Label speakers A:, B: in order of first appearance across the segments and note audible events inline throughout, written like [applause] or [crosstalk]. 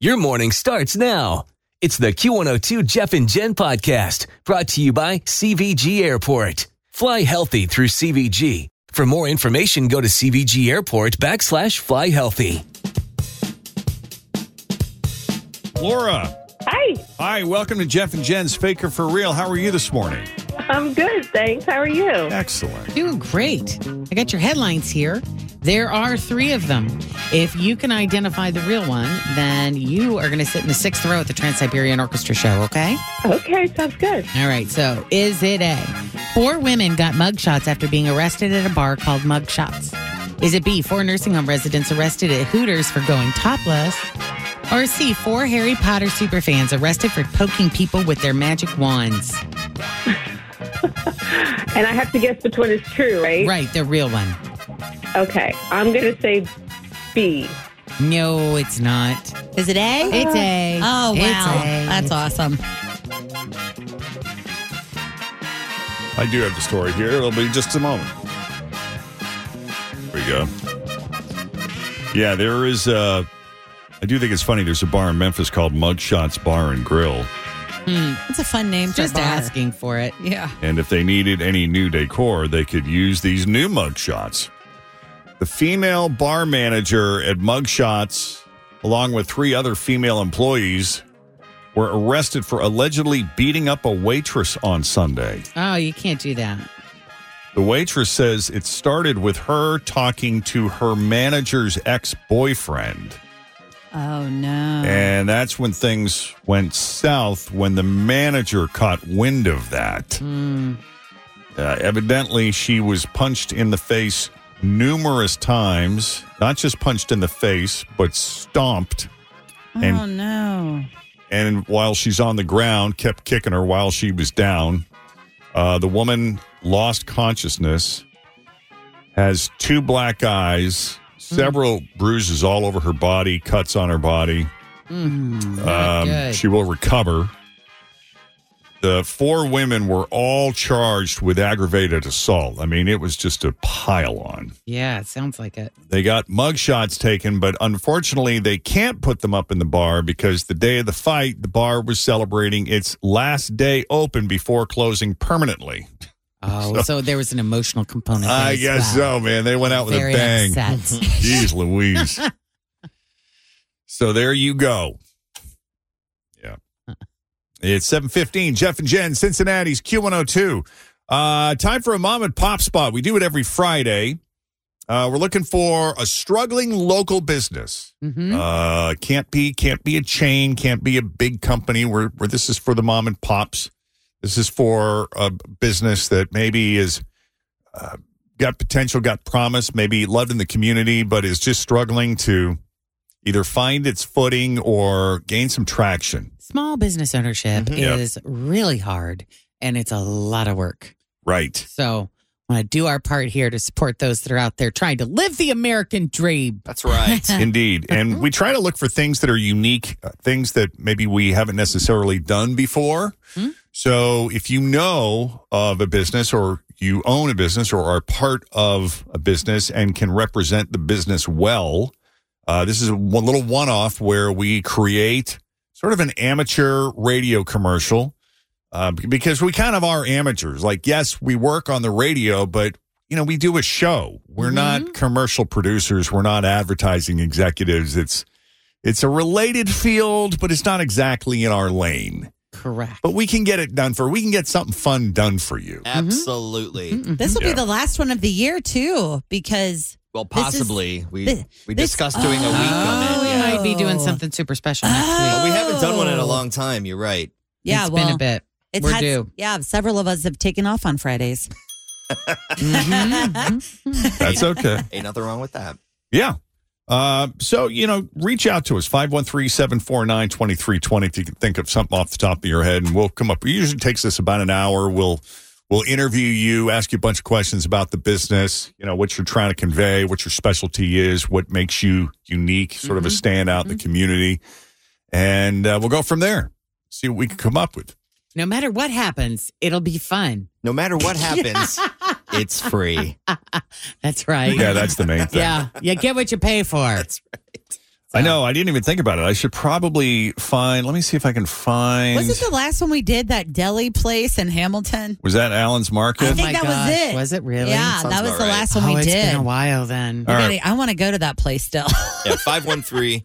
A: Your morning starts now. It's the Q102 Jeff and Jen podcast brought to you by CVG Airport. Fly healthy through CVG. For more information, go to CVG Airport backslash fly healthy.
B: Laura.
C: Hi,
B: Hi, welcome to Jeff and Jen's Faker for Real. How are you this morning?
C: I'm good, thanks. How are you?
B: Excellent.
D: Doing great. I got your headlines here. There are three of them. If you can identify the real one, then you are going to sit in the sixth row at the Trans Siberian Orchestra show, okay?
C: Okay, sounds good.
D: All right, so is it A? Four women got mugshots after being arrested at a bar called Mugshots. Is it B? Four nursing home residents arrested at Hooters for going topless. Or C? Four Harry Potter superfans arrested for poking people with their magic wands.
C: And I have to guess which one is true, right?
D: Right, the real one.
C: Okay, I'm going to say B.
D: No, it's not.
E: Is it A?
F: It's a.
E: Oh, wow.
D: It's A.
E: That's awesome.
B: I do have the story here. It'll be just a moment. There we go. Yeah, there is uh I do think it's funny. There's a bar in Memphis called Mugshots Bar and Grill.
E: That's a fun name
D: Just
E: for a bar.
D: asking for it.
E: Yeah.
B: And if they needed any new decor, they could use these new mugshots. The female bar manager at Mugshots, along with three other female employees, were arrested for allegedly beating up a waitress on Sunday.
D: Oh, you can't do that.
B: The waitress says it started with her talking to her manager's ex boyfriend.
E: Oh, no.
B: And that's when things went south when the manager caught wind of that. Uh, evidently, she was punched in the face numerous times, not just punched in the face, but stomped.
E: oh,
B: And,
E: no.
B: and while she's on the ground, kept kicking her while she was down. Uh, the woman lost consciousness, has two black eyes, several bruises all over her body, cuts on her body.
D: Mm, not
B: Um,
D: good.
B: she will recover. The four women were all charged with aggravated assault. I mean, it was just a pile on.
D: yeah, it sounds
B: [laughs]
D: like it.
B: They got mugshots taken, but unfortunately, they can't put them up in the bar because the day of the fight, the bar was celebrating its last day open before closing permanently.
D: Oh, so, there was an emotional component. there
B: I
D: as
B: guess
D: well.
B: so, man. They went out with
D: Very
B: a bang. [laughs]
D: upset. [laughs]
B: Jeez Louise. so there you go. Yeah. It's 7.15, Jeff and Jen, Cincinnati's Q102. Uh, time for a mom and pop spot. We do it every Friday. Uh, we're looking for a struggling local business.
D: Mhm.
B: Uh, can't be, can't be a chain, can't be a big company. Where where this is for the mom and pops. This is for a business that maybe is uh, got potential, got promise, maybe loved in the community, but is just struggling to either find its footing or gain some traction.
D: Small business ownership
B: Mhm. Yep.
D: is really hard and it's a lot of work.
B: Right.
D: [laughs] So, want to do our part here to support those that are out there trying to live the American dream.
F: That's right.
B: Indeed. And we try to look for things that are unique, uh, things that maybe we haven't necessarily done before.
D: Hmm.
B: So if you know of a business or you own a business or are part of a business and can represent the business well, uh, this is one little one off where we create sort of an amateur radio commercial uh, b- because we kind of are amateurs. Like, yes, we work on the radio, but you know, we do a show. We're not commercial producers. We're not advertising executives. It's it's a related field, but it's not exactly in our lane.
D: Correct.
B: But we can get it done for. We can get something fun done for you.
F: Mm-hmm. Absolutely.
D: Mhm.
E: This will
B: Yeah.
E: be the last one of the year, too, because
F: Well,
E: Mm-hmm. This is-
F: possibly. we
E: thi-
F: we
E: this-
F: discussed doing a week
D: Oh,
F: on
D: we
F: it. Yeah.
D: might be doing something super special next week.
F: But we haven't done one in a
E: Oh.
F: long time. You're right.
E: yeah,
D: it's
E: well,
D: been a bit.
E: it's
D: We're
E: had-
D: due.
E: Yeah, several of us have taken off on Fridays.
D: Mhm.
B: That's okay.
E: Mm-hmm.
F: Ain't nothing wrong with that.
B: Yeah. Uh, so, you know, reach out to us, 513 749 2320, if you can think of something off the top of your head, and we'll come up. It usually takes us about an hour. We'll we'll interview you, ask you a bunch of questions about the business, you know, what you're trying to convey, what your specialty is, what makes you unique, sort of a standout in the community. And uh, we'll go from there, see what we can come up with.
D: [laughs] No matter what happens, it'll be fun.
F: No
D: [laughs]
F: matter what happens, it's free.
D: That's right.
B: Yeah, that's the main thing.
D: [laughs] yeah. You get what you pay for.
B: I know. I didn't even think about it. I should probably find, let me see if I can find.
E: Wasn't the last one we did that deli place in Hamilton?
B: was that Allen's Market?
E: I think that was it.
D: Oh Was it really?
E: Yeah,
F: Sounds
E: that was
F: about
E: the
F: right.
E: last one
D: Oh,
E: we
D: it's
E: did.
D: been a while
B: [laughs]
D: then.
B: All right.
E: Betty, I want to go to that place still.
D: [laughs]
F: Yeah, 513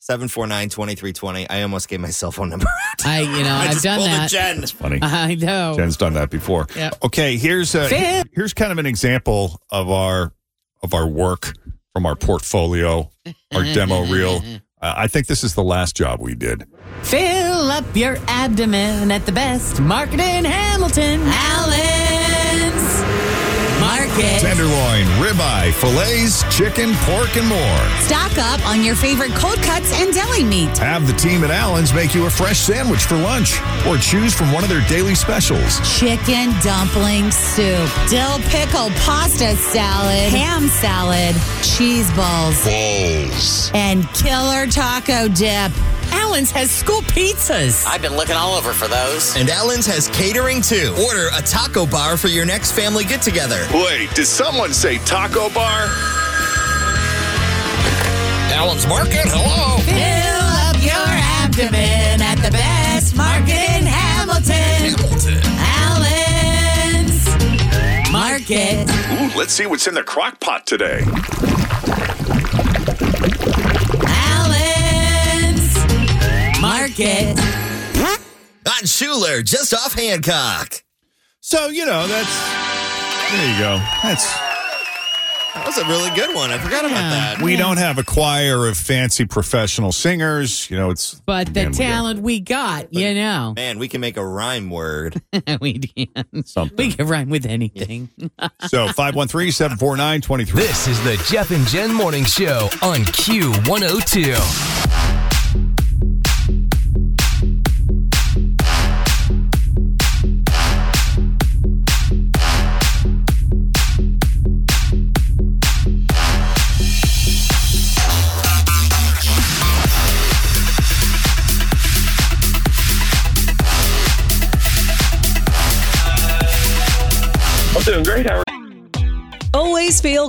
F: 749 2320. I almost gave my cell phone number.
D: I, you know,
F: [laughs] I
D: I've
F: just
D: done
F: pulled a
D: that.
F: Jen.
B: Funny.
D: [laughs] I know.
E: Oh.
B: Jen's done that before.
D: Yep.
B: Okay, here's uh,
D: Fair.
B: here's kind of an example of our of our work from our portfolio, our demo
E: [laughs]
B: reel. Uh, I think this is the last job we did.
D: Fill up your abdomen at the best market in Hamilton. Allen's Market.
B: Tenderloin, ribeye, fillets, chicken, pork, and more.
E: Stock up on your favorite cold cuts and deli meat.
B: Have the team at Allen's make you a fresh sandwich for lunch, or choose from one of their daily specials.
E: Chicken dumpling soup, dill pickle pasta salad, ham salad, cheese balls, and killer taco dip.
D: Allen's has school pizzas.
G: I've been looking all over for those.
F: And Allen's has catering too. Order a taco bar for your next family get together.
B: Wait, did someone say taco bar?
G: Allen's Market, hello.
E: Fill up your abdomen at the best market in Hamilton. Allen's Market.
B: Ooh, let's see what's in the crock pot today.
E: Allen's Market.
F: On Schuler, just off Hancock.
B: So you know that's there you go. That's
F: That was a really good one. I forgot about that.
B: We don't have a choir of fancy professional singers. You know, it's
D: But the
B: Man, we got-
D: talent we got, you know, [laughs]
F: Man, we can make a rhyme word.
D: we can.
B: something.
D: We can rhyme with anything. [laughs]
B: so 513 749 23.
A: This is the Jeff and Jen Morning Show on Q102.
C: I'm doing great. How are
H: Always feel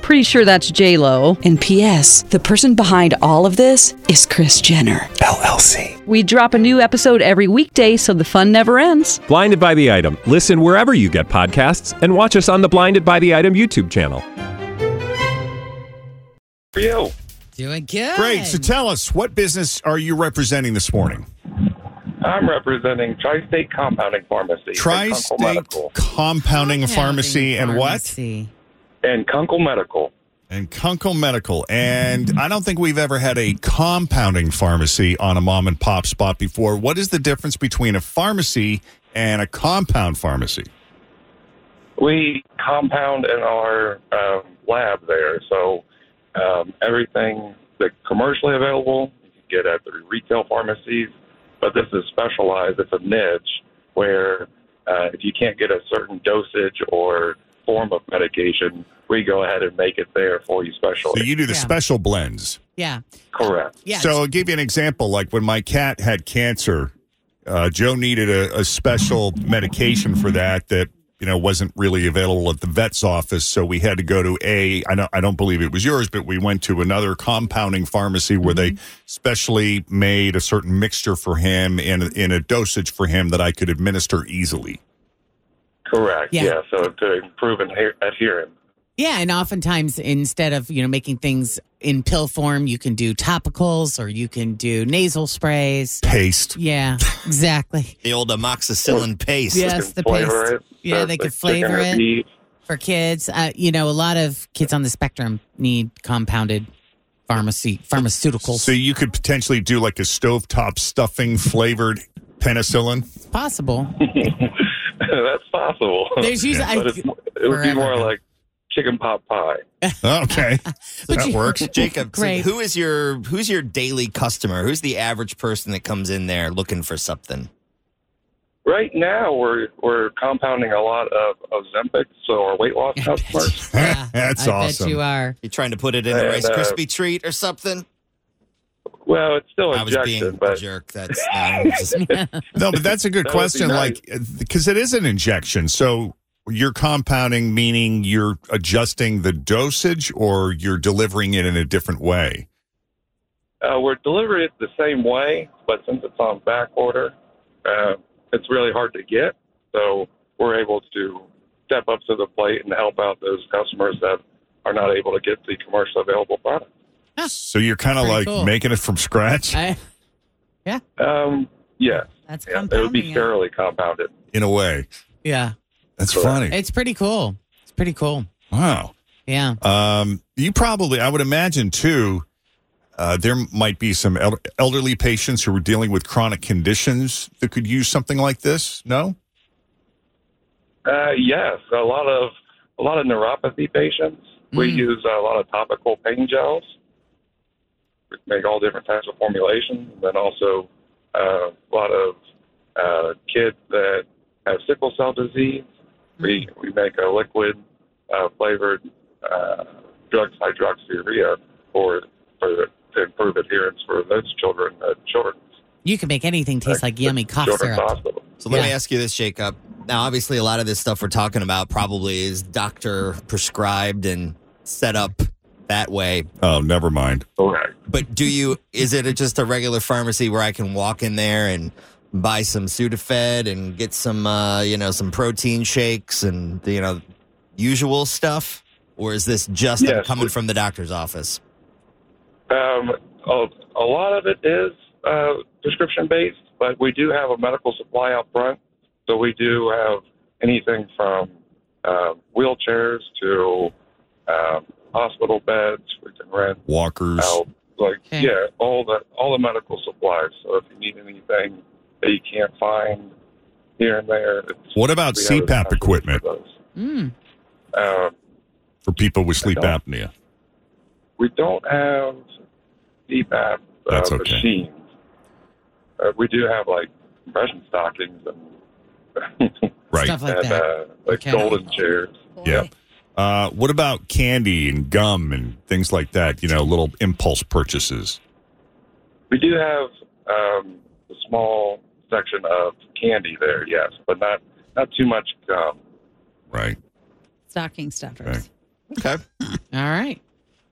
I: Pretty sure that's J Lo.
H: And P.S. The person behind all of this is Chris Jenner.
J: LLC.
I: We drop a new episode every weekday, so the fun never ends.
J: Blinded by the item. Listen wherever you get podcasts, and watch us on the Blinded by the Item YouTube channel.
C: you?
D: Doing good.
B: Great. So tell us, what business are you representing this morning?
C: I'm representing Tri-State Compounding Pharmacy.
B: Tri
C: And Kunkel
B: State
C: Medical.
B: Compounding Pharmacy and what?
D: Pharmacy.
C: And Kunkel Medical.
B: And Kunkel Medical. And I don't think we've ever had a compounding pharmacy on a mom and pop spot before. What is the difference between a pharmacy and a compound pharmacy?
C: We compound in our um, lab there, so um, everything that's commercially available you can get at the retail pharmacies. But this is specialized; it's a niche where uh, if you can't get a certain dosage or form of medication, we go ahead and make it there for you
B: So
C: specially.
B: you do the
D: Yeah.
B: special blends.
D: Yeah.
C: Correct.
D: Yeah.
B: So I'll give you an example. Like when my cat had cancer, uh, Joe needed a, a special medication for that that you know wasn't really available at the vet's office. So we had to go to a. I don't. I don't believe it was yours, but we went to another compounding pharmacy where
F: Mm-hmm.
B: they specially made a certain mixture for him and in a dosage for him that I could administer easily.
C: Correct.
D: Yeah.
C: Yeah. So to improve adher- adherence.
D: Yeah, and oftentimes instead of, you know, making things in pill form, you can do topicals or you can do nasal sprays.
B: Paste. [laughs]
D: Yeah, exactly.
F: The old amoxicillin paste.
D: Yes, the paste. Yeah, they could flavor it for kids. Uh, you know, a lot of kids on the spectrum need compounded pharmacy pharmaceuticals.
B: So you could potentially do like a stovetop stuffing flavored penicillin. [laughs]
D: Possible.
C: [laughs] That's possible.
D: There's usually-
C: but it's, it would be more like chicken pot pie.
F: [laughs]
B: Okay,
C: That you- works.
F: Jacob. so
C: Great.
F: who is your who's your daily customer? Who's the average person that comes in there looking for something?
C: Right now, we're we're compounding a lot of Ozempic, so our weight
D: [laughs]
C: loss
B: [laughs]
C: customers.
B: That's
F: I bet awesome. you
D: are.
F: You trying to put it in a
C: And,
F: Rice
C: uh,
F: Krispie treat or something?
C: Well, it's still
F: I was being
C: injection, but
F: a jerk. That's not, just,
B: No, but that's a good
C: [laughs] That would be
B: question.
C: nice.
B: Like, because it is an injection. So you're compounding, meaning you're adjusting the dosage or you're delivering it in a different way.
C: uh, we're delivering it the same way. But since it's on back order, uh, it's really hard to get. So we're able to step up to the plate and help out those customers that are not able to get the commercial available product.
B: So you're kind of
C: Pretty
B: like
C: cool.
B: making it from scratch
D: yeah.
C: Um. Yes.
D: That's
C: yeah, it would
D: compounding
C: be
D: it.
C: fairly compounded.
B: in a way.
D: Yeah.
B: That's funny.
D: It's pretty cool. It's pretty cool.
B: Wow.
D: Yeah.
B: Um, you probably, I would imagine too, uh, there might be some el- elderly patients who are dealing with chronic conditions that could use something like this. No?
C: Uh, yes, a lot of a lot of neuropathy patients. We use a lot of topical pain gels. We make all different types of formulations, and then also uh, a lot of uh, kids that have sickle cell disease. We we make a liquid uh, flavored uh, drugs hydroxyurea for for to improve adherence for those children at children's
D: You can make anything taste like yummy cough
C: children's
D: syrup.
C: hospital.
F: So let me
D: Yeah.
F: ask you this, Jacob. Now, obviously, a lot of this stuff we're talking about probably is doctor prescribed and set up that way.
B: Oh, never mind.
C: Correct.
F: But do you? Is it just a regular pharmacy where I can walk in there and buy some Sudafed and get some, uh, you know, some protein shakes and you know, usual stuff? Or is this just I'm
C: Yes.
F: coming from the doctor's office?
C: Um, a, a lot of it is uh, prescription based, but we do have a medical supply out front. So we do have anything from uh, wheelchairs to um, hospital beds. We can rent
B: Walkers.
C: out, like yeah, all the all the medical supplies. So if you need anything that you can't find here and there, it's,
B: What about
C: we have a
B: CPAP
C: special-
B: equipment
D: Mm.
C: Uh,
B: for people with sleep apnea?
C: We don't have CPAP uh,
B: That's okay.
C: machines. Uh, we do have like compression stockings and
B: Right. Stuff [laughs] like
C: and,
B: that.
C: Uh, like
B: Okay.
C: golden chairs.
B: Yeah. Uh, what about candy and gum and things like that? You know, little impulse purchases.
C: We do have um, a small section of candy there, yes, but not not too much gum.
B: Right.
I: Stocking stuffers.
F: Okay.
D: All right.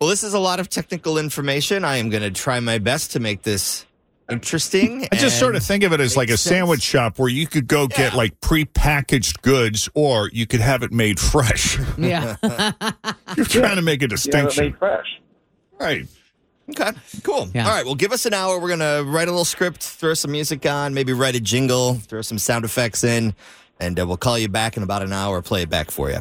F: Well, this is a lot of technical information. I am going to try my best to make this interesting.
B: [laughs] I just sort of think of it as like a
F: makes sense.
B: sandwich shop where you could go get like prepackaged goods or you could have it made
F: [laughs]
B: fresh. [laughs]
D: Yeah.
B: You're trying to make a
F: distinction.
B: distinction. Right.
F: Okay, cool.
B: Yeah.
F: All right, well, give us an hour. We're going to write a little script, throw some music on, maybe write a jingle, throw some sound effects in, and uh, we'll call you back in about an hour, play it back for you.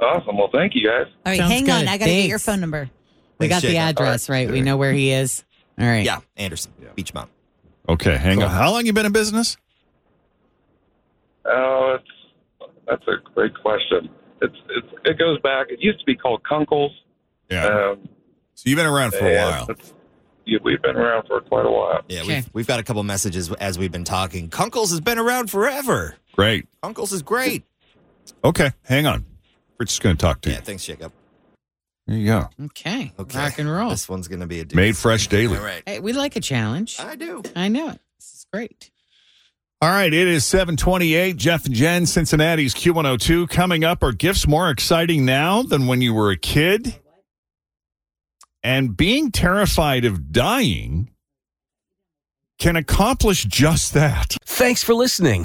C: Awesome. Well, thank you guys.
E: All right,
D: Sounds
E: hang on.
D: good.
E: I got to get your
D: Thanks.
E: phone number.
D: We got
F: Thanks,
D: the
F: Jacob. All
D: address right. We know where he is. All right.
F: Oh, Yeah, Anderson, Beachmont.
B: Okay, hang on. How long you been in business?
C: Oh, it's, that's a great question. It's, it's it goes back. It used to be called Kunkel's.
B: Yeah.
F: Uh,
C: Um,
B: so you've been around
F: for a while.
C: Yeah, we've been around for quite a while.
F: Yeah, we've, we've got a couple messages as we've been talking. Kunkles has been around forever.
B: Great.
F: Kunkles is great.
B: Okay, hang on. We're just going to talk to you.
F: Yeah, thanks, Jacob.
B: There you go.
D: Okay.
F: Okay. Rock
D: and roll.
F: This one's going to be a doozy.
B: Made fresh daily.
F: All right.
D: Hey, we like a challenge.
F: I do.
D: I know it. This is great.
B: All right, it is 728. Jeff and Jen, Cincinnati's Q102. Coming up, are gifts more exciting now than when you were a kid? And being terrified of dying can accomplish just that.
A: Thanks for listening